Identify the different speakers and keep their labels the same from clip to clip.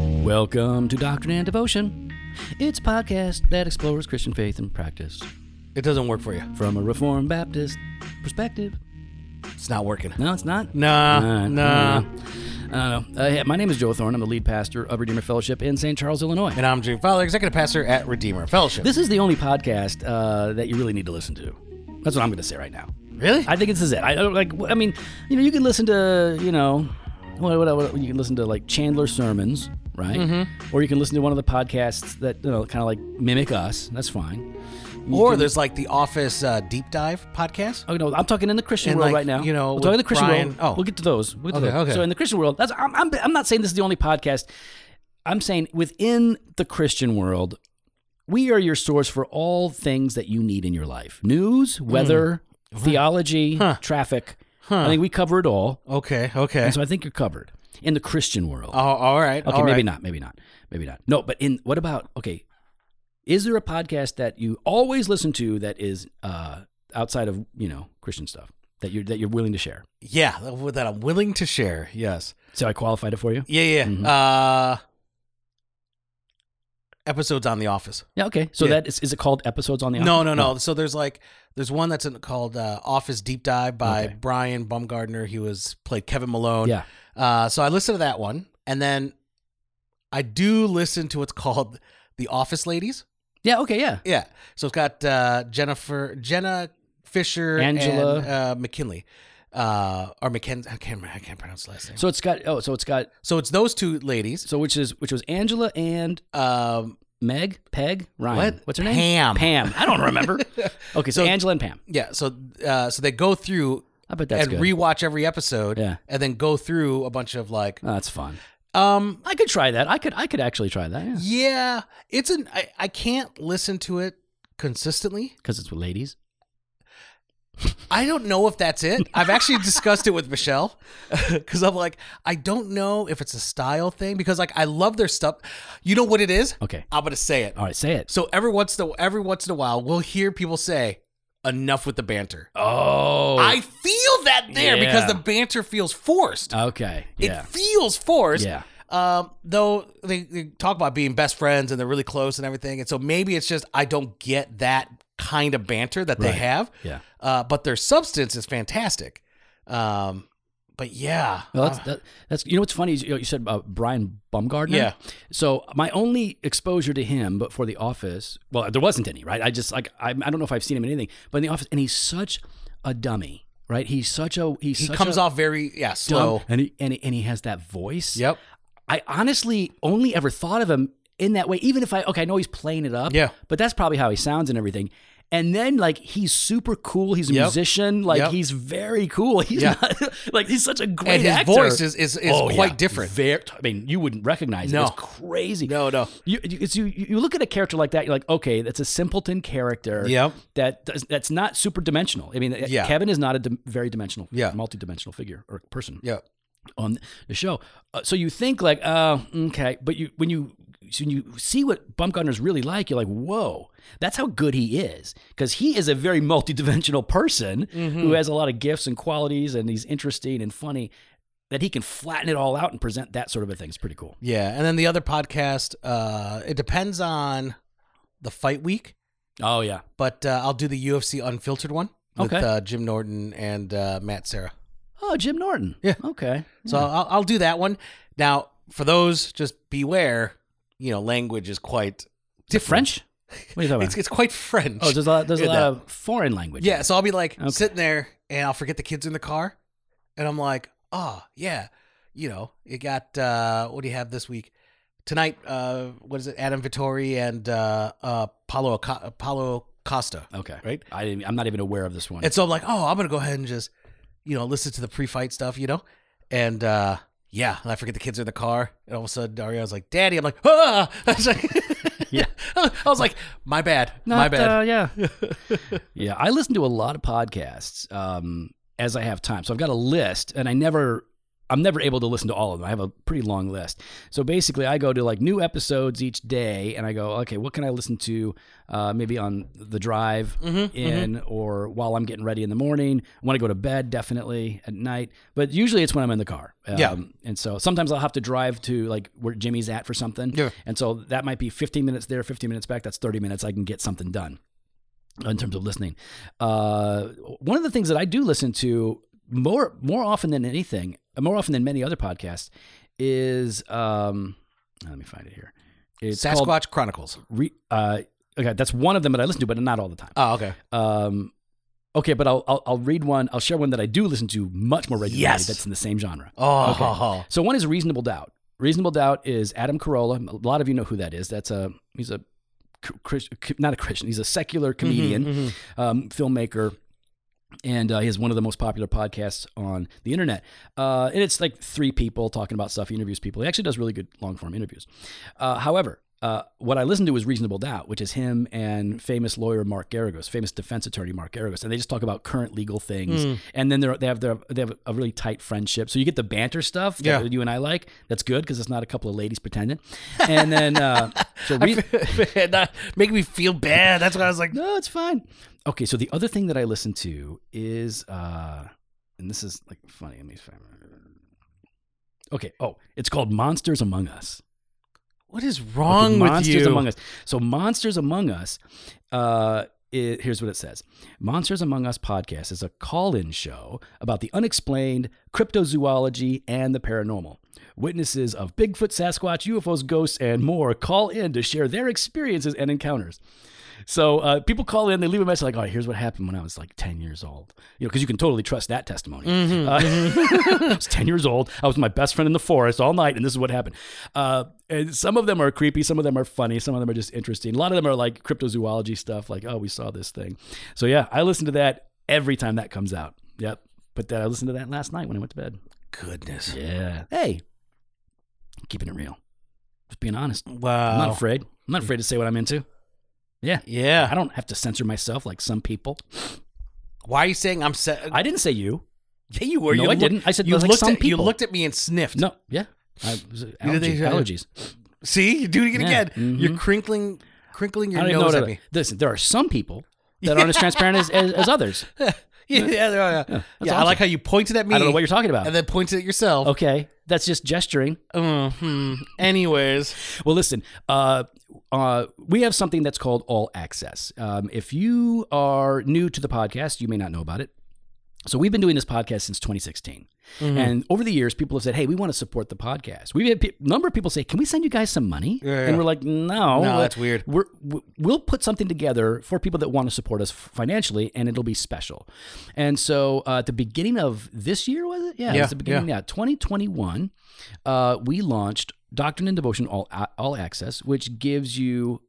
Speaker 1: Welcome to Doctrine and Devotion. It's a podcast that explores Christian faith and practice
Speaker 2: It doesn't work for you.
Speaker 1: from a Reformed Baptist perspective.
Speaker 2: It's not working.
Speaker 1: No, it's not.
Speaker 2: Nah,
Speaker 1: Uh, I
Speaker 2: nah.
Speaker 1: don't know. I don't know. Uh, yeah, my name is Joe Thorne. I'm the lead pastor of Redeemer Fellowship in St. Charles, Illinois.
Speaker 2: And I'm Jim Fowler, executive pastor at Redeemer Fellowship.
Speaker 1: This is the only podcast uh, that you really need to listen to. That's what I'm going to say right now.
Speaker 2: really?
Speaker 1: I think this is it. I don't like. I mean, you know, you can listen to you know, what, what, what- you can listen to like Chandler sermons, right?
Speaker 2: Mm-hmm.
Speaker 1: Or you can listen to one of the podcasts that you know kind of like mimic us. That's fine.
Speaker 2: or there's like the Office uh, deep dive podcast.
Speaker 1: Oh, no, I'm talking in the Christian
Speaker 2: And,
Speaker 1: world
Speaker 2: like,
Speaker 1: right now.
Speaker 2: you know,
Speaker 1: we're talking in
Speaker 2: with
Speaker 1: the Christian
Speaker 2: Brian-
Speaker 1: world.
Speaker 2: oh.
Speaker 1: we'll get to those. We'll get to
Speaker 2: Okay,
Speaker 1: those.
Speaker 2: okay.
Speaker 1: So in the Christian world, that's I'm, I'm I'm not saying this is the only podcast. I'm saying within the Christian world, we are your source for all things that you need in your life: news,
Speaker 2: Hmm.
Speaker 1: weather, theology, traffic. I think we cover it all.
Speaker 2: Oh, Okay, okay.
Speaker 1: And so I think you're covered in the Christian world.
Speaker 2: oh, all right.
Speaker 1: okay,
Speaker 2: all
Speaker 1: maybe
Speaker 2: right.
Speaker 1: not, maybe not, maybe not. No, but in what about okay? Is there a podcast that you always listen to that is uh, outside of you know Christian stuff that you're that you're willing to share?
Speaker 2: Yeah, that that I'm willing to share. Yes.
Speaker 1: So I qualified it for you.
Speaker 2: Yeah, yeah.
Speaker 1: Mhm.
Speaker 2: Uh, episodes on The Office.
Speaker 1: Yeah. Okay. So
Speaker 2: Yeah.
Speaker 1: that is is it called episodes on the
Speaker 2: No, no, no, So there's like there's one that's in, called uh, Office Deep Dive by
Speaker 1: Okay.
Speaker 2: Brian Bumgardner. He was played Kevin Malone.
Speaker 1: Yeah.
Speaker 2: Uh, so I listened to that one, and then I do listen to what's called The Office Ladies.
Speaker 1: Yeah. Okay. Yeah.
Speaker 2: Yeah. So it's got uh, Jennifer, Jenna Fisher,
Speaker 1: Angela.
Speaker 2: and, uh, McKinley, uh, or McKen. I can't. remember- I can't pronounce the last name. So,
Speaker 1: So it's got oh so it's got
Speaker 2: it's those two ladies.
Speaker 1: so which is which was Angela and
Speaker 2: Um,
Speaker 1: Meg Peg Ryan.
Speaker 2: What?
Speaker 1: What's her name?
Speaker 2: Pam.
Speaker 1: Pam. I don't remember. okay. So,
Speaker 2: So-
Speaker 1: Angela and Pam.
Speaker 2: yeah. So uh, so they go through
Speaker 1: I bet that's
Speaker 2: and
Speaker 1: good.
Speaker 2: rewatch every episode,
Speaker 1: Yeah.
Speaker 2: and then go through a bunch of like,
Speaker 1: Oh, that's fun.
Speaker 2: um,
Speaker 1: I could try that. I could I could actually try that. Yeah.
Speaker 2: yeah, it's an. I, I can't listen to it consistently.
Speaker 1: Because it's with ladies.
Speaker 2: I don't know if that's it. I've actually discussed it with Michelle because I'm like, I don't know if it's a style thing because like I love their stuff. You know what it is?
Speaker 1: Okay.
Speaker 2: I'm gonna say it.
Speaker 1: All right, say it.
Speaker 2: So every once in a, every once in a while, we'll hear people say, "Enough with the banter."
Speaker 1: Oh.
Speaker 2: I feel that there
Speaker 1: Yeah.
Speaker 2: because the banter feels forced.
Speaker 1: okay. Yeah.
Speaker 2: It feels forced.
Speaker 1: yeah.
Speaker 2: Um, though they, they talk about being best friends and they're really close and everything, and so maybe it's just I don't get that kind of banter that they
Speaker 1: Right.
Speaker 2: have.
Speaker 1: Yeah.
Speaker 2: Uh, but their substance is fantastic. Um, but yeah,
Speaker 1: Well, that's,
Speaker 2: Uh,
Speaker 1: that, that's you know what's funny is you, you said uh, Brian Bumgardner.
Speaker 2: Yeah.
Speaker 1: So my only exposure to him, but for The Office, well, there wasn't any, right? I just like I, I don't know if I've seen him in anything, but in The Office, and he's such a dummy, right? He's such a he's
Speaker 2: he
Speaker 1: such
Speaker 2: comes
Speaker 1: a
Speaker 2: off very yeah
Speaker 1: dumb,
Speaker 2: slow.
Speaker 1: and he, and he, and he has that voice.
Speaker 2: Yep.
Speaker 1: I honestly only ever thought of him in that way, even if I, okay, I know he's playing it up.
Speaker 2: Yeah.
Speaker 1: But that's probably how he sounds and everything. And then, like, he's super cool. He's a
Speaker 2: Yep.
Speaker 1: musician. Like,
Speaker 2: Yep.
Speaker 1: he's very cool. He's
Speaker 2: Yeah.
Speaker 1: not, like, he's such a great
Speaker 2: And his
Speaker 1: actor.
Speaker 2: voice is is, is
Speaker 1: Oh,
Speaker 2: quite
Speaker 1: yeah.
Speaker 2: different.
Speaker 1: Ver- I mean, you wouldn't recognize
Speaker 2: No.
Speaker 1: it. It's crazy.
Speaker 2: No, no.
Speaker 1: You, you, it's, you you look at a character like that, you're like, okay, that's a simpleton character.
Speaker 2: Yep.
Speaker 1: That does, that's not super dimensional. I mean,
Speaker 2: Yeah.
Speaker 1: Kevin is not a dim- very dimensional,
Speaker 2: Yeah.
Speaker 1: multi-dimensional figure or person
Speaker 2: Yep.
Speaker 1: on the show. Uh, so you think like, oh, okay, but you when you so when you see what Bumgarner's really like, you're like, whoa, that's how good he is because he is a very multidimensional person
Speaker 2: Mm-hmm.
Speaker 1: who has a lot of gifts and qualities, and he's interesting and funny. That he can flatten it all out and present that sort of a thing It's pretty cool.
Speaker 2: Yeah, and then the other podcast. Uh, it depends on the fight week,
Speaker 1: Oh yeah,
Speaker 2: but uh, I'll do the UFC unfiltered one with
Speaker 1: Okay.
Speaker 2: uh, Jim Norton and uh, Matt Sarah.
Speaker 1: oh Jim Norton.
Speaker 2: Yeah.
Speaker 1: okay.
Speaker 2: So I'll, I'll do that one. Now, for those, just beware. You know, language is quite
Speaker 1: Is it French? What are you talking
Speaker 2: it's,
Speaker 1: about?
Speaker 2: it's quite French.
Speaker 1: Oh, there's a lot, there's a
Speaker 2: Yeah,
Speaker 1: lot of foreign language.
Speaker 2: yeah, so I'll be like
Speaker 1: Okay.
Speaker 2: sitting there, and I'll forget the kids in the car, and I'm like, oh yeah, you know, you got uh, what do you have this week? Tonight, uh, what is it? Adam Vittori and uh, uh, Paulo Aca- Paulo Costa.
Speaker 1: Okay.
Speaker 2: Right?
Speaker 1: I didn't, I'm not even aware of this one.
Speaker 2: And so I'm like, oh, I'm gonna go ahead and just, you know, listen to the pre-fight stuff, you know, and uh, yeah, and I forget the kids are in the car, and all of a sudden Dario's like, "Daddy," I'm like, ah, I was like,
Speaker 1: Yeah. uh,
Speaker 2: I was like, my bad, my bad,
Speaker 1: yeah. yeah. I listen to a lot of podcasts um, as I have time. So I've got a list and I never I'm never able to listen to all of them. I have a pretty long list. So basically, I go to like new episodes each day, and I go, okay, what can I listen to? Uh, maybe on the drive
Speaker 2: Mm-hmm.
Speaker 1: in, or while I'm getting ready in the morning. When I go to bed, definitely at night. But usually, it's when I'm in the car. Um,
Speaker 2: Yeah.
Speaker 1: And so sometimes I'll have to drive to like where Jimmy's at for something.
Speaker 2: Yeah.
Speaker 1: And so that might be 15 minutes there, 15 minutes back. That's 30 minutes. I can get something done in terms of listening. Uh, one of the things that I do listen to more more often than anything, more often than many other podcasts, is um, let me find it here. It's
Speaker 2: Sasquatch
Speaker 1: called
Speaker 2: Chronicles.
Speaker 1: re, uh, okay. That's one of them that I listen to, but not all the time.
Speaker 2: Oh, okay.
Speaker 1: Um, okay, but I'll, I'll I'll read one. I'll share one that I do listen to much more regularly.
Speaker 2: Yes.
Speaker 1: that's in the same genre.
Speaker 2: Oh,
Speaker 1: So one is Reasonable Doubt. Reasonable Doubt is Adam Carolla. A lot of you know who that is. That's a he's a Chris, not a Christian. He's a secular comedian,
Speaker 2: Mhm, mhm.
Speaker 1: um, filmmaker, and uh, he has one of the most popular podcasts on the internet. Uh, and it's like three people talking about stuff. He interviews people. He actually does really good long form interviews. Uh, however. Uh, what I listen to is Reasonable Doubt, which is him and famous lawyer Mark Garagos, famous defense attorney Mark Garagos, and they just talk about current legal things. And then they're, they have their, they have a really tight friendship, so you get the banter stuff that
Speaker 2: Yeah.
Speaker 1: you and I like. That's good because it's not a couple of ladies pretending. And then uh, so re-
Speaker 2: mm-hmm. That Make me feel bad. That's why I was like,
Speaker 1: no, it's fine. Okay, so the other thing that I listen to is, uh, and this is like funny. Let me find. Okay, oh, it's called Monsters Among Us.
Speaker 2: what is
Speaker 1: Okay,
Speaker 2: wrong with
Speaker 1: Monsters
Speaker 2: you?
Speaker 1: Among Us. So Monsters Among Us. Uh, i- here's what it says: Monsters Among Us podcast is a call-in show about the unexplained, cryptozoology, and the paranormal. Witnesses of Bigfoot, Sasquatch, UFOs, ghosts, and more call in to share their experiences and encounters. So uh, people call in, they leave a message like, "All right, here's what happened when I was like 10 years old," you know, because you can totally trust that testimony.
Speaker 2: Mm-hmm.
Speaker 1: Uh, I was 10 years old. I was with my best friend in the forest all night, and this is what happened. Uh, and some of them are creepy, some of them are funny, some of them are just interesting. A lot of them are like cryptozoology stuff, like, "Oh, we saw this thing." So yeah, I listen to that every time that comes out. Yep. But that I listened to that last night when I went to bed.
Speaker 2: Goodness.
Speaker 1: Yeah. Hey, keeping it real, just being honest. I'm
Speaker 2: Wow.
Speaker 1: not afraid. I'm not afraid to say what I'm into. Yeah.
Speaker 2: yeah.
Speaker 1: I don't have to censor myself like some people.
Speaker 2: Why are you saying I'm se- uh,
Speaker 1: I didn't say you.
Speaker 2: Yeah, you were.
Speaker 1: No,
Speaker 2: you
Speaker 1: I
Speaker 2: look-
Speaker 1: didn't. I said
Speaker 2: you
Speaker 1: like
Speaker 2: looked
Speaker 1: some
Speaker 2: at,
Speaker 1: people.
Speaker 2: You looked at me and sniffed.
Speaker 1: No, yeah. I it was
Speaker 2: they
Speaker 1: allergy,
Speaker 2: say-
Speaker 1: allergies.
Speaker 2: See, you doing it
Speaker 1: Yeah, Mm-hmm.
Speaker 2: again. You're crinkling, crinkling
Speaker 1: I
Speaker 2: your
Speaker 1: don't even know
Speaker 2: nose
Speaker 1: what
Speaker 2: at
Speaker 1: I,
Speaker 2: me.
Speaker 1: Listen, there are some people that aren't as transparent as, as, as others.
Speaker 2: Yeah, yeah, yeah. yeah. Yeah, I
Speaker 1: awesome.
Speaker 2: like how you pointed at me.
Speaker 1: I don't know what you're talking about.
Speaker 2: and then pointed at yourself.
Speaker 1: Okay, that's just gesturing.
Speaker 2: hmm Anyways,
Speaker 1: Well, listen, uh, uh, we have something that's called All Access. Um, if you are new to the podcast, you may not know about it. So we've been doing this podcast since 2016.
Speaker 2: Mm-hmm.
Speaker 1: And over the years, people have said, hey, we want to support the podcast. We've had a number of people say, can we send you guys some money?
Speaker 2: Yeah, yeah.
Speaker 1: And we're like, no.
Speaker 2: No, that's weird.
Speaker 1: We're, w- we'll put something together for people that want to support us financially, and it'll be special. And so uh, at the beginning of this year, was it? Yeah, it
Speaker 2: Yeah,
Speaker 1: was the beginning, yeah, 2021 uh, we launched Doctrine and Devotion All All Access, which gives you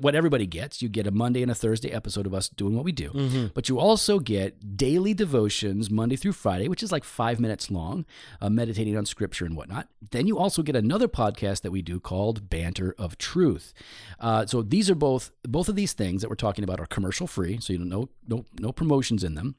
Speaker 1: what everybody gets. You get a Monday and a Thursday episode of us doing what we do, but you also get daily devotions Monday through Friday, which is like five minutes long, uh, meditating on scripture and whatnot. Then you also get another podcast that we do called Banter of Truth. Uh, so these are both both of these things that we're talking about are commercial free, so you don't no no no promotions in them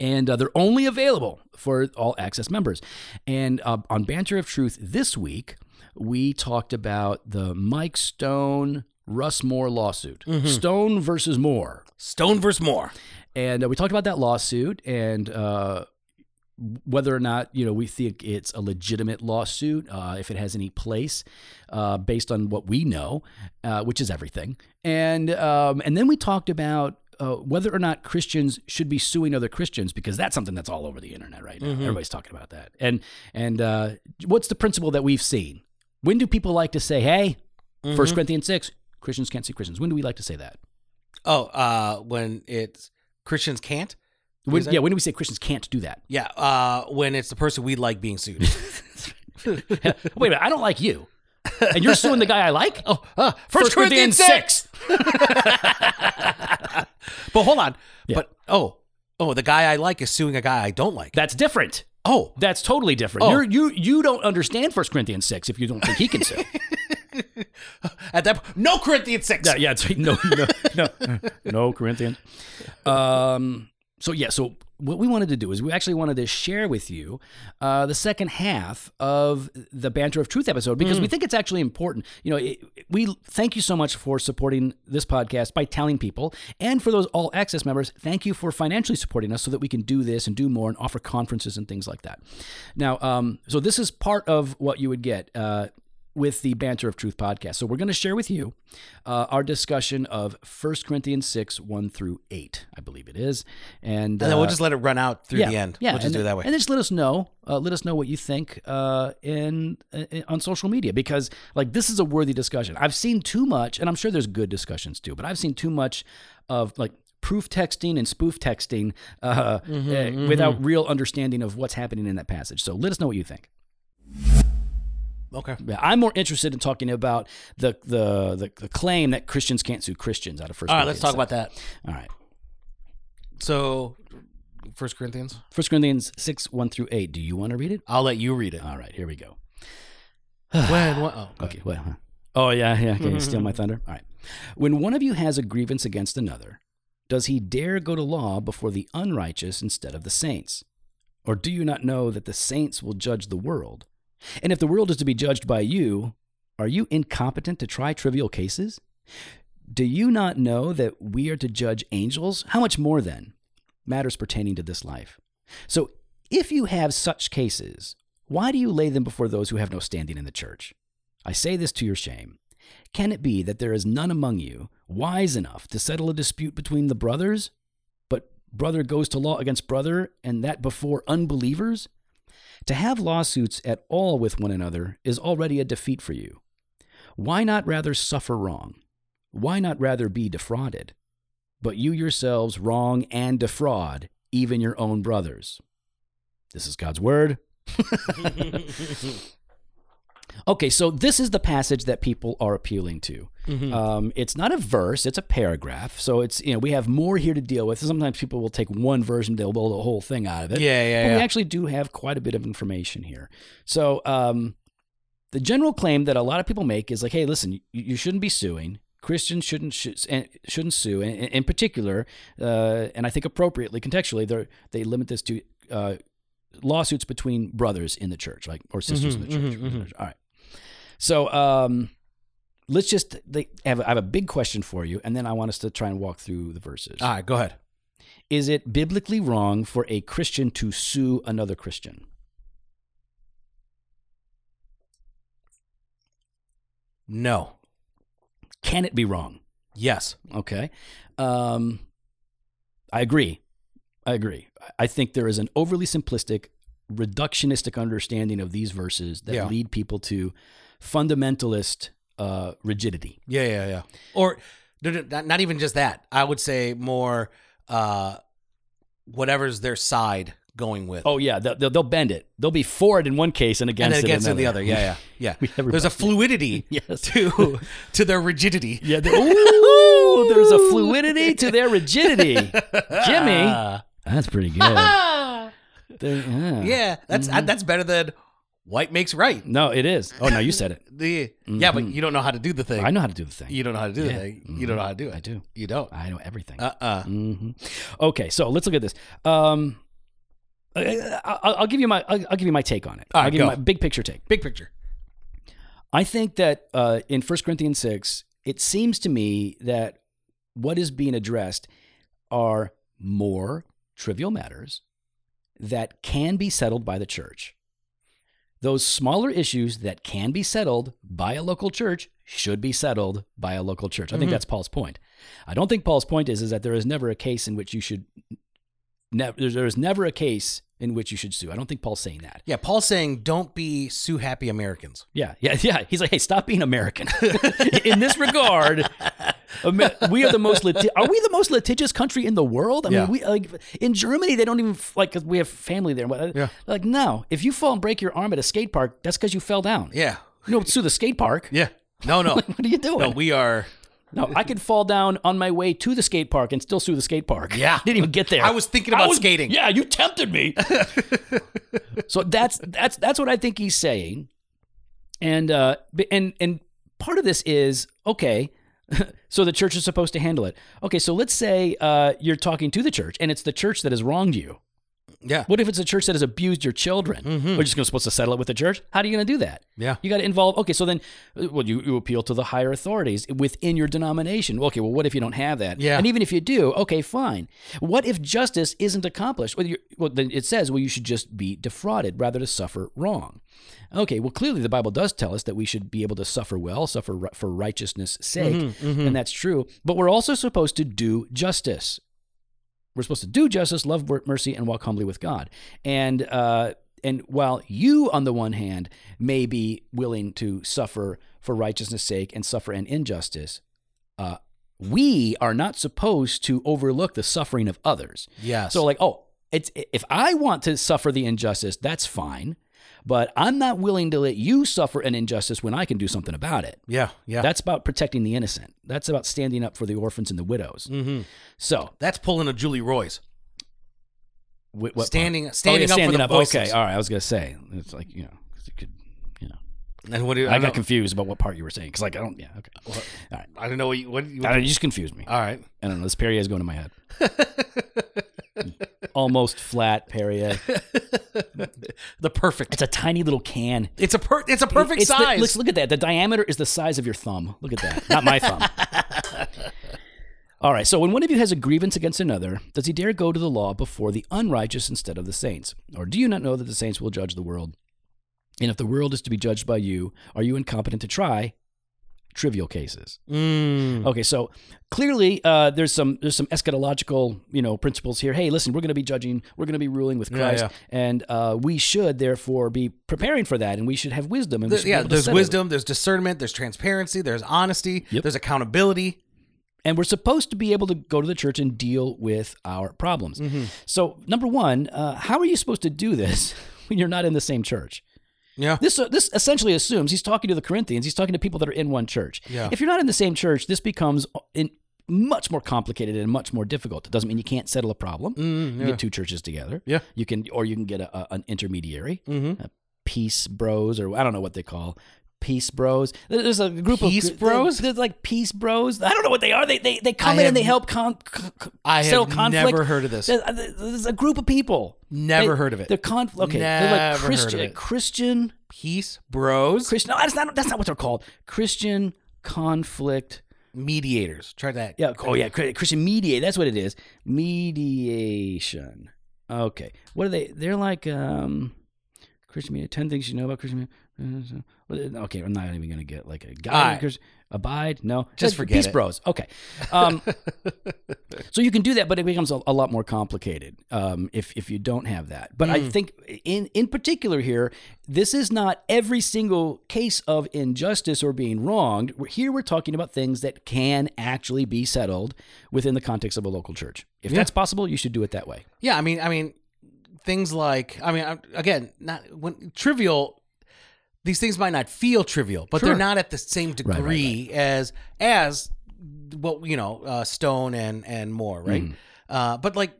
Speaker 1: and uh, they're only available for all access members. And uh, on Banter of Truth this week, we talked about the Mike Stone Russ Moore lawsuit, Stone versus Moore,
Speaker 2: Stone versus Moore.
Speaker 1: and uh, we talked about that lawsuit and. Uh, whether or not you know we think it's a legitimate lawsuit, uh, if it has any place, uh, based on what we know, uh, which is everything, and um, and then we talked about. Uh, whether or not Christians should be suing other Christians, because that's something that's all over the internet right now. Everybody's talking about that. And and uh, what's the principle that we've seen? When do people like to say, "Hey,
Speaker 2: Mm-hmm.
Speaker 1: First Corinthians six, Christians can't see Christians"? When do we like to say that?
Speaker 2: Oh, uh, when it's Christians can't.
Speaker 1: When,
Speaker 2: Is that-
Speaker 1: yeah, when do we say Christians can't do that?
Speaker 2: Yeah, uh, when it's the person we like being sued.
Speaker 1: Wait a minute, I don't like you, and you're suing the guy I like.
Speaker 2: oh, uh, First, Corinthians, six. But hold on.
Speaker 1: Yeah.
Speaker 2: But oh, oh, the guy I like is suing a guy I don't like.
Speaker 1: That's different.
Speaker 2: oh,
Speaker 1: That's totally different.
Speaker 2: Oh.
Speaker 1: You're, you you don't understand First Corinthians six if you don't think he can sue.
Speaker 2: at that po- no Corinthians six.
Speaker 1: yeah, yeah. It's, no, no, no, no Corinthians. Um, so yeah, so what we wanted to do is we actually wanted to share with you uh, the second half of the Banter of Truth episode because we think it's actually important. You know, it, it- we thank you so much for supporting this podcast by telling people, and for those All Access members, thank you for financially supporting us so that we can do this and do more and offer conferences and things like that. Now, um, so this is part of what you would get. Uh, with the Banter of Truth podcast. So, we're going to share with you uh, our discussion of 1 Corinthians 6, 1 through 8, I believe it is. And,
Speaker 2: And then
Speaker 1: uh,
Speaker 2: we'll just let it run out through the end.
Speaker 1: yeah,
Speaker 2: we'll just
Speaker 1: and
Speaker 2: do it that way.
Speaker 1: And just let us know. Uh, let us know what you think uh, in, in on social media because like this is a worthy discussion. I've seen too much, and I'm sure there's good discussions too, but I've seen too much of like proof texting and spoof texting uh,
Speaker 2: Mm-hmm,
Speaker 1: eh, without real understanding of what's happening in that passage. So let us know what you think.
Speaker 2: okay.
Speaker 1: Yeah, I'm more interested in talking about the the the, the claim that Christians can't sue Christians out of First.
Speaker 2: All right, let's talk about that.
Speaker 1: All right,
Speaker 2: So, First Corinthians.
Speaker 1: First Corinthians six one through eight. Do you want to read it?
Speaker 2: I'll let you read it.
Speaker 1: All right, here we go.
Speaker 2: when? What? Oh,
Speaker 1: Okay. Well, huh. oh yeah, yeah. Okay. Steal my thunder. All right. When one of you has a grievance against another, does he dare go to law before the unrighteous instead of the saints? Or do you not know that the saints will judge the world? And if the world is to be judged by you, are you incompetent to try trivial cases? Do you not know that we are to judge angels? How much more then? Matters pertaining to this life. So if you have such cases, why do you lay them before those who have no standing in the church? I say this to your shame. Can it be that there is none among you wise enough to settle a dispute between the brothers? But brother goes to law against brother, and that before unbelievers? To have lawsuits at all with one another is already a defeat for you. Why not rather suffer wrong? Why not rather be defrauded? But you yourselves wrong and defraud even your own brothers. This is God's word. Okay, so this is the passage that people are appealing to.
Speaker 2: Mm-hmm. Uh,
Speaker 1: Um, it's not a verse; it's a paragraph. So it's you know we have more here to deal with. Sometimes people will take one version, they'll build a whole thing out of it.
Speaker 2: Yeah,
Speaker 1: But
Speaker 2: yeah,
Speaker 1: we
Speaker 2: yeah.
Speaker 1: actually do have quite a bit of information here. So um, the general claim that a lot of people make is like, hey, listen, you, you shouldn't be suing. Christians shouldn't sh- and shouldn't sue, and in particular, uh, and I think appropriately contextually, they they limit this to uh, lawsuits between brothers in the church, like or sisters
Speaker 2: Mm-hmm,
Speaker 1: in the church. All right. So um, let's just they, I, have, I have a big question for you, and then I want us to try and walk through the verses.
Speaker 2: All right, go ahead.
Speaker 1: Is it biblically wrong for a Christian to sue another Christian?
Speaker 2: No.
Speaker 1: Can it be wrong?
Speaker 2: Yes.
Speaker 1: Okay. Um, I agree. I agree. I think there is an overly simplistic, reductionistic understanding of these verses that
Speaker 2: Yeah.
Speaker 1: lead people to fundamentalist uh, rigidity.
Speaker 2: Yeah, yeah, yeah. Or no, no, not, not even just that. I would say more uh whatever's their side going with.
Speaker 1: Oh, yeah. They'll, they'll, they'll bend it. They'll be for it in one case and
Speaker 2: and
Speaker 1: against,
Speaker 2: then against
Speaker 1: it
Speaker 2: it
Speaker 1: in
Speaker 2: the other. Yeah, yeah. Yeah.
Speaker 1: everybody-
Speaker 2: There's a fluidity
Speaker 1: Yes.
Speaker 2: to to their rigidity.
Speaker 1: Yeah. they- ooh, there's a fluidity to their rigidity. Jimmy. Oh. That's pretty good.
Speaker 2: Ah.
Speaker 1: There- yeah.
Speaker 2: yeah, that's
Speaker 1: Mm-hmm.
Speaker 2: I- that's better than white makes right.
Speaker 1: No, it is. Oh, no, you said it.
Speaker 2: The Yeah, but you don't know how to do the thing.
Speaker 1: Mm-hmm. I know how to do the thing.
Speaker 2: You don't know how to do
Speaker 1: Yeah. Mm-hmm.
Speaker 2: the thing. You don't know how to do it.
Speaker 1: I do.
Speaker 2: You don't.
Speaker 1: I know everything.
Speaker 2: Uh-uh.
Speaker 1: hmm Okay, so let's look at this. Um, I, I, I'll give you my I'll, I'll give you my take on it.
Speaker 2: All right,
Speaker 1: I'll give you my
Speaker 2: go.
Speaker 1: big picture take.
Speaker 2: Big picture.
Speaker 1: I think that uh, in 1 Corinthians 6, it seems to me that what is being addressed are more trivial matters that can be settled by the church. Those smaller issues that can be settled by a local church should be settled by a local church. I think
Speaker 2: Mhm.
Speaker 1: that's Paul's point. I don't think Paul's point is, is that there is never a case in which you should never there there is never a case in which you should sue. I don't think Paul's saying that.
Speaker 2: Yeah, Paul's saying don't be sue happy Americans.
Speaker 1: Yeah, yeah, yeah. He's like, hey, stop being American. in this regard, Amer- we are the most liti- are we the most litigious country in the world? I
Speaker 2: Yeah.
Speaker 1: mean, we like in Germany they don't even f- like 'cause we have family there. But, uh,
Speaker 2: Yeah.
Speaker 1: Like, no, if you fall and break your arm at a skate park, that's because you fell down.
Speaker 2: Yeah.
Speaker 1: You don't sue the skate park.
Speaker 2: Yeah. No, no.
Speaker 1: What are you doing?
Speaker 2: no, we are
Speaker 1: No, I could fall down on my way to the skate park and still sue the skate park.
Speaker 2: Yeah.
Speaker 1: didn't even get there.
Speaker 2: I was thinking about
Speaker 1: I was-
Speaker 2: skating.
Speaker 1: Yeah, you tempted me. so that's that's that's what I think he's saying, and uh, b- and and part of this is okay. so the church is supposed to handle it. Okay, so let's say uh, you're talking to the church, and it's the church that has wronged you.
Speaker 2: Yeah.
Speaker 1: What if it's a church that has abused your children? We're just gonna, supposed to settle it with the church. How are you going to do that?
Speaker 2: Yeah.
Speaker 1: You got to involve. Okay, so then, uh, well, you, you appeal to the higher authorities within your denomination. Okay, well, what if you don't have that?
Speaker 2: Yeah.
Speaker 1: And even if you do, okay, fine. What if justice isn't accomplished? Well, you well then it says, well, you should just be defrauded rather to suffer wrong. Okay, well, clearly the Bible does tell us that we should be able to suffer well, suffer ri- for righteousness' sake, and that's true. But we're also supposed to do justice. We're supposed to do justice, love mer- mercy, and walk humbly with God. And uh, and while you, on the one hand, may be willing to suffer for righteousness' sake and suffer an injustice, uh, we are not supposed to overlook the suffering of others.
Speaker 2: Yes.
Speaker 1: So, like, oh, it's if I want to suffer the injustice, that's fine, but I'm not willing to let you suffer an injustice when I can do something about it.
Speaker 2: yeah. Yeah.
Speaker 1: That's about protecting the innocent. That's about standing up for the orphans and the widows.
Speaker 2: Mhm.
Speaker 1: So,
Speaker 2: That's pulling a Julie Roy's.
Speaker 1: wh- what
Speaker 2: standing
Speaker 1: Oh, yeah,
Speaker 2: standing up for the voices.
Speaker 1: Okay, all right. I was gonna say it's like you know, 'cause it could, you know.
Speaker 2: And what do you,
Speaker 1: I,
Speaker 2: I,
Speaker 1: got
Speaker 2: don't-
Speaker 1: confused about what part you were saying because like I don't. Yeah, okay. All right.
Speaker 2: I don't know what you. What Uh, you
Speaker 1: I don't, you just confused me.
Speaker 2: all right.
Speaker 1: I don't know. This Perrier's going to my head. Almost flat Perrier.
Speaker 2: The perfect.
Speaker 1: It's a tiny little can.
Speaker 2: It's a per, It's a perfect
Speaker 1: It's the-
Speaker 2: size.
Speaker 1: let's look at that. The diameter is the size of your thumb. Look at that. Not my thumb. All right. So when one of you has a grievance against another, does he dare go to the law before the unrighteous instead of the saints? Or do you not know that the saints will judge the world? And if the world is to be judged by you, are you incompetent to try trivial cases?
Speaker 2: Mm.
Speaker 1: Okay, so clearly uh, there's some there's some eschatological you know principles here. Hey, listen, we're going to be judging, we're going to be ruling with
Speaker 2: Yeah,
Speaker 1: Christ,
Speaker 2: yeah.
Speaker 1: and uh, we should therefore be preparing for that, and we should have wisdom. And we
Speaker 2: There-
Speaker 1: should be
Speaker 2: yeah,
Speaker 1: able to
Speaker 2: there's
Speaker 1: settle it.
Speaker 2: wisdom, there's discernment, there's transparency, there's honesty,
Speaker 1: Yep.
Speaker 2: there's accountability.
Speaker 1: and we're supposed to be able to go to the church and deal with our problems.
Speaker 2: Mm-hmm.
Speaker 1: So, number one, uh, how are you supposed to do this when you're not in the same church?
Speaker 2: Yeah.
Speaker 1: This uh, this essentially assumes he's talking to the Corinthians. He's talking to people that are in one church.
Speaker 2: Yeah.
Speaker 1: If you're not in the same church, this becomes uh, in much more complicated and much more difficult. It doesn't mean you can't settle a problem.
Speaker 2: Mm,
Speaker 1: You get two churches together.
Speaker 2: Yeah.
Speaker 1: You can, or you can get a, a- an intermediary, Uh,
Speaker 2: Mm-hmm.
Speaker 1: peace bros, or I don't know what they call peace bros. There- There's a group
Speaker 2: Peace
Speaker 1: of
Speaker 2: bros?
Speaker 1: There's like peace bros. I don't know what they are. They they, they come
Speaker 2: I
Speaker 1: in and
Speaker 2: have-
Speaker 1: they help con, c- c-
Speaker 2: I
Speaker 1: settle
Speaker 2: have
Speaker 1: conflict.
Speaker 2: never heard of this.
Speaker 1: There's, uh, there's a group of people.
Speaker 2: Never
Speaker 1: They-
Speaker 2: heard of it.
Speaker 1: They're conflict. Okay, they're
Speaker 2: Never
Speaker 1: like
Speaker 2: heard
Speaker 1: Christian,
Speaker 2: of it.
Speaker 1: Christian,
Speaker 2: Peace bros,
Speaker 1: Christian. No, that's not that's not what they're called. Christian conflict.
Speaker 2: mediators. Try that.
Speaker 1: Yeah. Oh, yeah. Chri- Christian mediate. That's what it is. Mediation. Okay. What are they? They're like um, Christian media. Ten things you know about Christian media. Okay, I'm not even gonna get like a guy.
Speaker 2: All right.
Speaker 1: Christ- Abide. No, Uh,
Speaker 2: Just forget
Speaker 1: Peace
Speaker 2: it.
Speaker 1: Bros. Okay. Um, so you can do that, but it becomes a, a lot more complicated um, if if you don't have that. But
Speaker 2: Hmm.
Speaker 1: I think in in particular here, this is not every single case of injustice or being wronged. We're- Here we're talking about things that can actually be settled within the context of a local church. If that's possible, you should do it that way.
Speaker 2: Yeah, I mean, I mean, things like, I mean, I- again, not when trivial. These things might not feel trivial, but
Speaker 1: Sure.
Speaker 2: they're not at the same degree
Speaker 1: right,
Speaker 2: as as what you know, uh, Stone and and Moore, right?
Speaker 1: Mm-hmm.
Speaker 2: Uh, but like,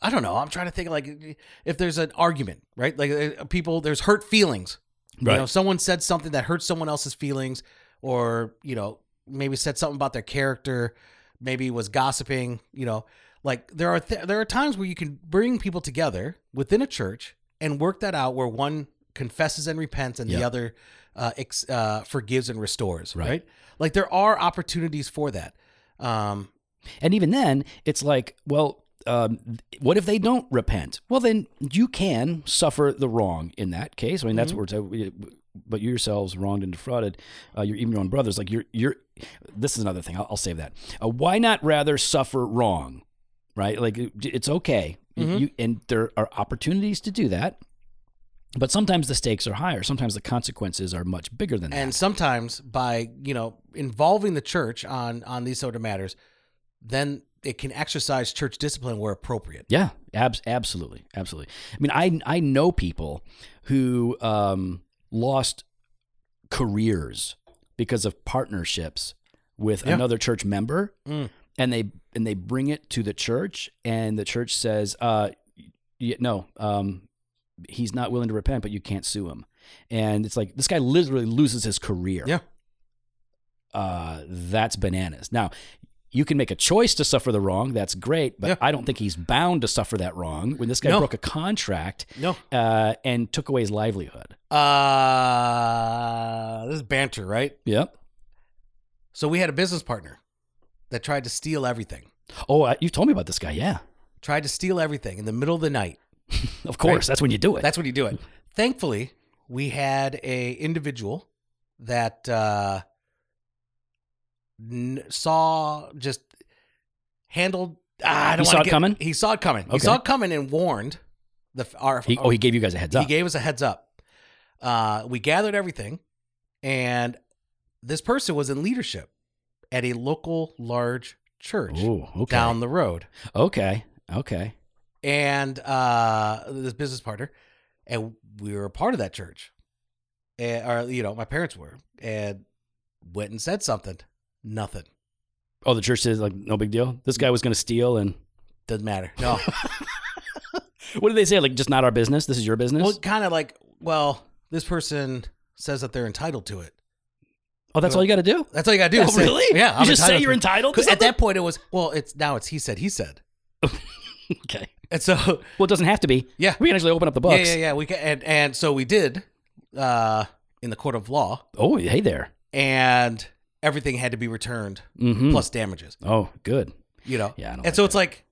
Speaker 2: I don't know. I'm trying to think like if there's an argument, right? Like uh, people, there's hurt feelings.
Speaker 1: Right.
Speaker 2: You know, someone said something that hurt someone else's feelings, or you know, maybe said something about their character, maybe was gossiping. You know, like there are th- there are times where you can bring people together within a church and work that out, where one confesses and repents, and
Speaker 1: Yeah.
Speaker 2: the other uh, ex- uh, forgives and restores.
Speaker 1: Right.
Speaker 2: Right. Like there are opportunities for that. Um,
Speaker 1: And even then, it's like, well, um, what if they don't repent? Well, then you can suffer the wrong in that case. I mean, that's what we're talking. But you yourselves wronged and defrauded. Uh, your even your own brothers. Like you're you're. This is another thing. I'll, I'll save that. Uh, why not rather suffer wrong, right? Like it- it's okay. You-
Speaker 2: Mhm.
Speaker 1: You, and there are opportunities to do that. But sometimes the stakes are higher. Sometimes the consequences are much bigger than that.
Speaker 2: and sometimes by you know involving the church on on these sort of matters then it can exercise church discipline where appropriate
Speaker 1: Yeah, abs- absolutely, absolutely. I mean, I I know people who um, lost careers because of partnerships with
Speaker 2: Yeah.
Speaker 1: another church member,
Speaker 2: Mm.
Speaker 1: and they and they bring it to the church, and the church says, uh, y- "No, um, he's not willing to repent, but you can't sue him." And it's like this guy literally loses his career.
Speaker 2: Yeah.
Speaker 1: uh, that's bananas. Now, you can make a choice to suffer the wrong. That's great, but
Speaker 2: Yeah.
Speaker 1: I don't think he's bound to suffer that wrong. When this guy
Speaker 2: No.
Speaker 1: broke a contract
Speaker 2: No.
Speaker 1: uh, and took away his livelihood.
Speaker 2: Uh, this is banter, right?
Speaker 1: Yep.
Speaker 2: So we had a business partner that tried to steal everything.
Speaker 1: Oh, uh, you told me about this guy. Yeah,
Speaker 2: Tried to steal everything in the middle of the night.
Speaker 1: of course. That's when you do it.
Speaker 2: That's when you do it. Thankfully, we had a individual that uh, n- saw just handled. Ah, I
Speaker 1: He
Speaker 2: don't wanna
Speaker 1: saw it
Speaker 2: get-
Speaker 1: coming?
Speaker 2: He saw it coming. He
Speaker 1: Okay.
Speaker 2: saw it coming and warned the f- our.
Speaker 1: He, oh, he gave you guys a heads
Speaker 2: he
Speaker 1: up.
Speaker 2: gave us a heads up. Uh, we gathered everything, and this person was in leadership at a local large church
Speaker 1: Ooh, okay.
Speaker 2: down the road
Speaker 1: Okay. Okay.
Speaker 2: and uh, this business partner, and we were a part of that church, and, or you know, my parents were, and went and said something. Nothing
Speaker 1: Oh, the church says like no big deal. This guy was going to steal, and
Speaker 2: doesn't matter. No,
Speaker 1: what did they say? Like just not our business. This is your business.
Speaker 2: well, kind of like, well, this person says that they're entitled to it.
Speaker 1: oh, that's all you got to do.
Speaker 2: That's all you gotta do.
Speaker 1: Oh,
Speaker 2: is say-
Speaker 1: really?
Speaker 2: Yeah.
Speaker 1: You
Speaker 2: I'm
Speaker 1: just say
Speaker 2: entitled
Speaker 1: you're
Speaker 2: to-
Speaker 1: entitled. To
Speaker 2: 'Cause at
Speaker 1: something?
Speaker 2: that point, it was well. It's now it's he said he said,
Speaker 1: okay.
Speaker 2: and so
Speaker 1: Well, it doesn't have to be.
Speaker 2: Yeah.
Speaker 1: We can actually open up the books.
Speaker 2: yeah, yeah, yeah. We ca and and so we did uh, in the court of law,
Speaker 1: Oh, hey there.
Speaker 2: and everything had to be returned
Speaker 1: Mm-hmm.
Speaker 2: plus damages.
Speaker 1: Oh, good.
Speaker 2: You know,
Speaker 1: Yeah. I don't
Speaker 2: and so it's like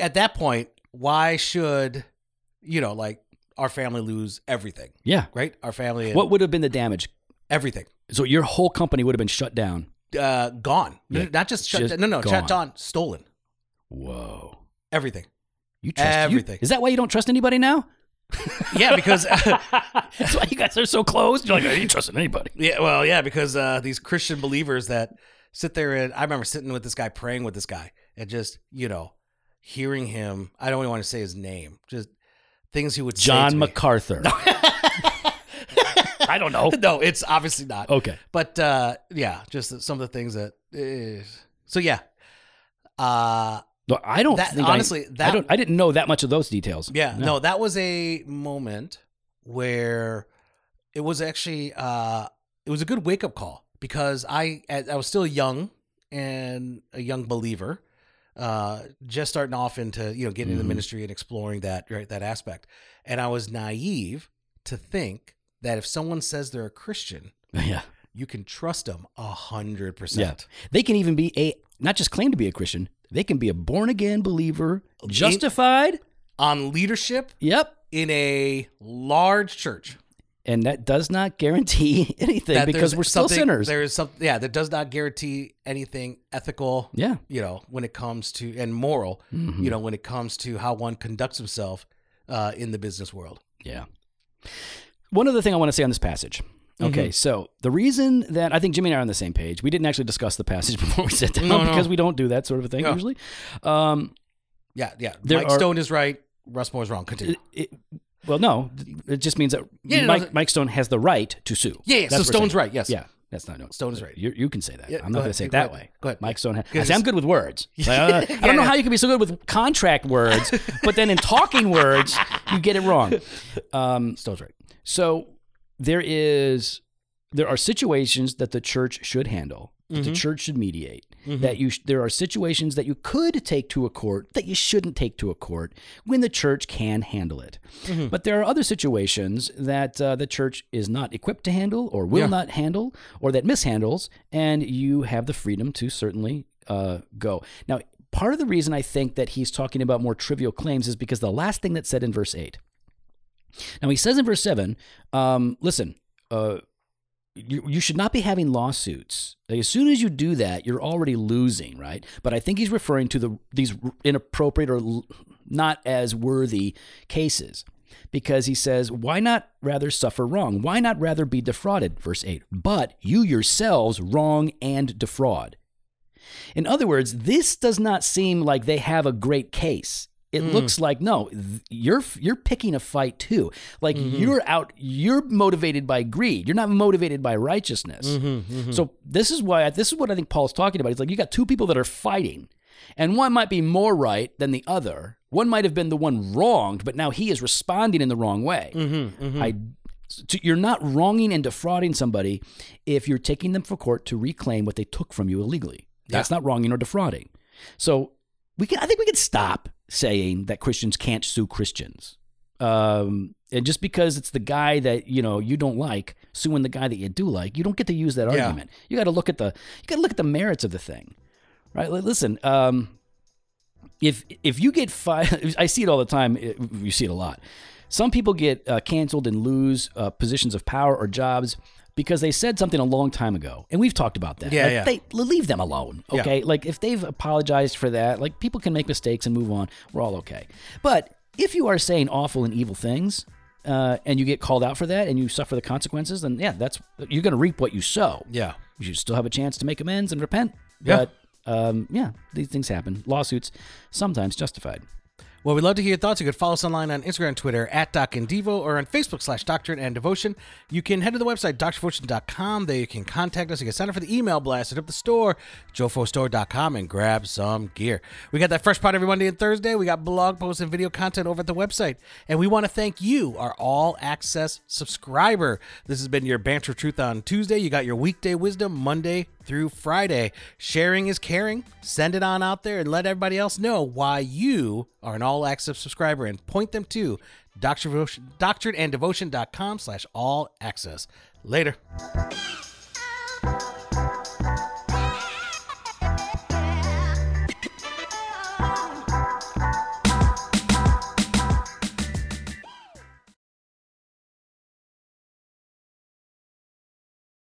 Speaker 2: at that point why should you know like our family lose everything
Speaker 1: yeah.
Speaker 2: right our family and
Speaker 1: What would have been the damage?
Speaker 2: everything
Speaker 1: So your whole company would have been shut down.
Speaker 2: uh gone
Speaker 1: Yeah,
Speaker 2: not just shut
Speaker 1: just
Speaker 2: no no shut
Speaker 1: gone.
Speaker 2: down stolen
Speaker 1: Whoa.
Speaker 2: everything
Speaker 1: You trust you-
Speaker 2: Everything.
Speaker 1: Is that why you don't trust anybody now?
Speaker 2: yeah because
Speaker 1: That's why you guys are so closed. You're like, I ain't trusting anybody.
Speaker 2: yeah well yeah because uh these christian believers that sit there and i remember sitting with this guy praying with this guy and just you know hearing him i don't even want to say his name just things he would
Speaker 1: John
Speaker 2: say to me.
Speaker 1: MacArthur. I don't know.
Speaker 2: no it's obviously not
Speaker 1: Okay.
Speaker 2: But uh, yeah, just some of the things that. eh. so yeah, uh,
Speaker 1: No, I don't
Speaker 2: that
Speaker 1: think I-
Speaker 2: honestly,
Speaker 1: I,
Speaker 2: that
Speaker 1: don't I didn't know that much of those details.
Speaker 2: yeah, no. that was a moment where it was actually uh, it was a good wake up call because I I I was still young and a young believer, uh, just starting off into you know getting into the
Speaker 1: Mhm.
Speaker 2: ministry and exploring that right that aspect, and I was naive to think that if someone says they're a Christian,
Speaker 1: Yeah.
Speaker 2: you can trust them a hundred percent.
Speaker 1: They can even be a not just claim to be a Christian, they can be a born again believer, justified.
Speaker 2: on leadership
Speaker 1: Yep.
Speaker 2: in a large church.
Speaker 1: And that does not guarantee anything
Speaker 2: That
Speaker 1: because
Speaker 2: there's
Speaker 1: we're still
Speaker 2: something-
Speaker 1: sinners.
Speaker 2: There is something, yeah, that does not guarantee anything ethical,
Speaker 1: Yeah.
Speaker 2: you know, when it comes to and moral,
Speaker 1: Mhm.
Speaker 2: you know, when it comes to how one conducts himself uh, in the business world.
Speaker 1: Yeah. One other thing I want to say on this passage.
Speaker 2: Mm-hmm.
Speaker 1: Okay, so the reason that I think Jimmy and I are on the same page, we didn't actually discuss the passage before we sat down
Speaker 2: No, no.
Speaker 1: because we don't do that sort of a thing
Speaker 2: Yeah.
Speaker 1: usually. Um,
Speaker 2: Yeah, yeah.
Speaker 1: There
Speaker 2: Mike
Speaker 1: are- Uh,
Speaker 2: Stone is right. Russ Moore is wrong. Continue.
Speaker 1: it, it, well, no, th- it just means that
Speaker 2: Yeah, no,
Speaker 1: Mike,
Speaker 2: no.
Speaker 1: Mike Stone has the right to sue.
Speaker 2: yeah, yeah.
Speaker 1: That's
Speaker 2: So
Speaker 1: what we're
Speaker 2: Stone's right. Yes.
Speaker 1: saying. Yeah, that's not no.
Speaker 2: Stone is right.
Speaker 1: You, you can say that.
Speaker 2: Yeah,
Speaker 1: I'm
Speaker 2: go
Speaker 1: not going to
Speaker 2: ahead.
Speaker 1: say it
Speaker 2: Go
Speaker 1: that
Speaker 2: ahead.
Speaker 1: way.
Speaker 2: Go ahead.
Speaker 1: Mike Stone. Has, I
Speaker 2: Because-
Speaker 1: see, I'm good with words. Like, uh, I don't know
Speaker 2: yeah.
Speaker 1: how you can be so good with contract words, but then in talking words, you get it wrong. Um,
Speaker 2: Stone's right.
Speaker 1: So there is there are situations that the church should handle. That The
Speaker 2: Mhm.
Speaker 1: church should mediate.
Speaker 2: Mhm.
Speaker 1: That you sh- there are situations that you could take to a court that you shouldn't take to a court when the church can handle it.
Speaker 2: Mhm.
Speaker 1: But there are other situations that uh, the church is not equipped to handle or will
Speaker 2: Yeah.
Speaker 1: not handle or that mishandles, and you have the freedom to certainly uh, go. Now, part of the reason I think that he's talking about more trivial claims is because the last thing that's said in verse eight. Now he says in verse seven, um, listen, uh, you, you should not be having lawsuits. Like, as soon as you do that, you're already losing, right? But I think he's referring to the these inappropriate or l- not as worthy cases, because he says, "Why not rather suffer wrong? Why not rather be defrauded?" Verse eight. But you yourselves wrong and defraud. In other words, this does not seem like they have a great case. It
Speaker 2: Mm.
Speaker 1: looks like no, th- you're you're picking a fight too. Like
Speaker 2: Mhm.
Speaker 1: you're out, you're motivated by greed. You're not motivated by righteousness.
Speaker 2: Mm-hmm.
Speaker 1: So this is why this is what I think Paul's talking about. He's like, you got two people that are fighting, and one might be more right than the other. One might have been the one wronged, but now he is responding in the wrong way.
Speaker 2: mm-hmm,
Speaker 1: I So you're not wronging and defrauding somebody if you're taking them for court to reclaim what they took from you illegally. That's not wronging or defrauding. So we can, I think we can stop saying that Christians can't sue Christians. Um, and just because it's the guy that you know you don't like suing the guy that you do like, you don't get to use that
Speaker 2: Yeah.
Speaker 1: argument. You got to look at the you got to look at the merits of the thing, right? Li- Listen, um, if if you get fired, I see it all the time. It, you see it a lot. Some people get uh, canceled and lose uh, positions of power or jobs because they said something a long time ago, and we've talked about that.
Speaker 2: Yeah,
Speaker 1: Like,
Speaker 2: yeah.
Speaker 1: They leave them alone.
Speaker 2: Yeah.
Speaker 1: Okay, like if they've apologized for that, like people can make mistakes and move on. We're all okay. But if you are saying awful and evil things. Uh, and you get called out for that, and you suffer the consequences. Then yeah, that's you're going to reap what you sow
Speaker 2: Yeah.
Speaker 1: you still have a chance to make amends and repent.
Speaker 2: Yeah.
Speaker 1: But um, yeah, these things happen. Lawsuits sometimes justified.
Speaker 2: Well, we'd love to hear your thoughts. You could follow us online on Instagram, Twitter, at Doc and Devo, or on Facebook slash Doctrine and Devotion. You can head to the website, doctrinefortune.com. There you can contact us. You can sign up for the email blast. Hit up the store, jofostore.com, and grab some gear. We got that fresh pot every Monday and Thursday. We got blog posts and video content over at the website. And we want to thank you, our all access subscriber. This has been your Banter Truth on Tuesday. You got your weekday wisdom Monday through Friday. Sharing is caring. Send it on out there and let everybody else know why you are an all access subscriber and point them to doctrineanddevotion.com slash all access. Later.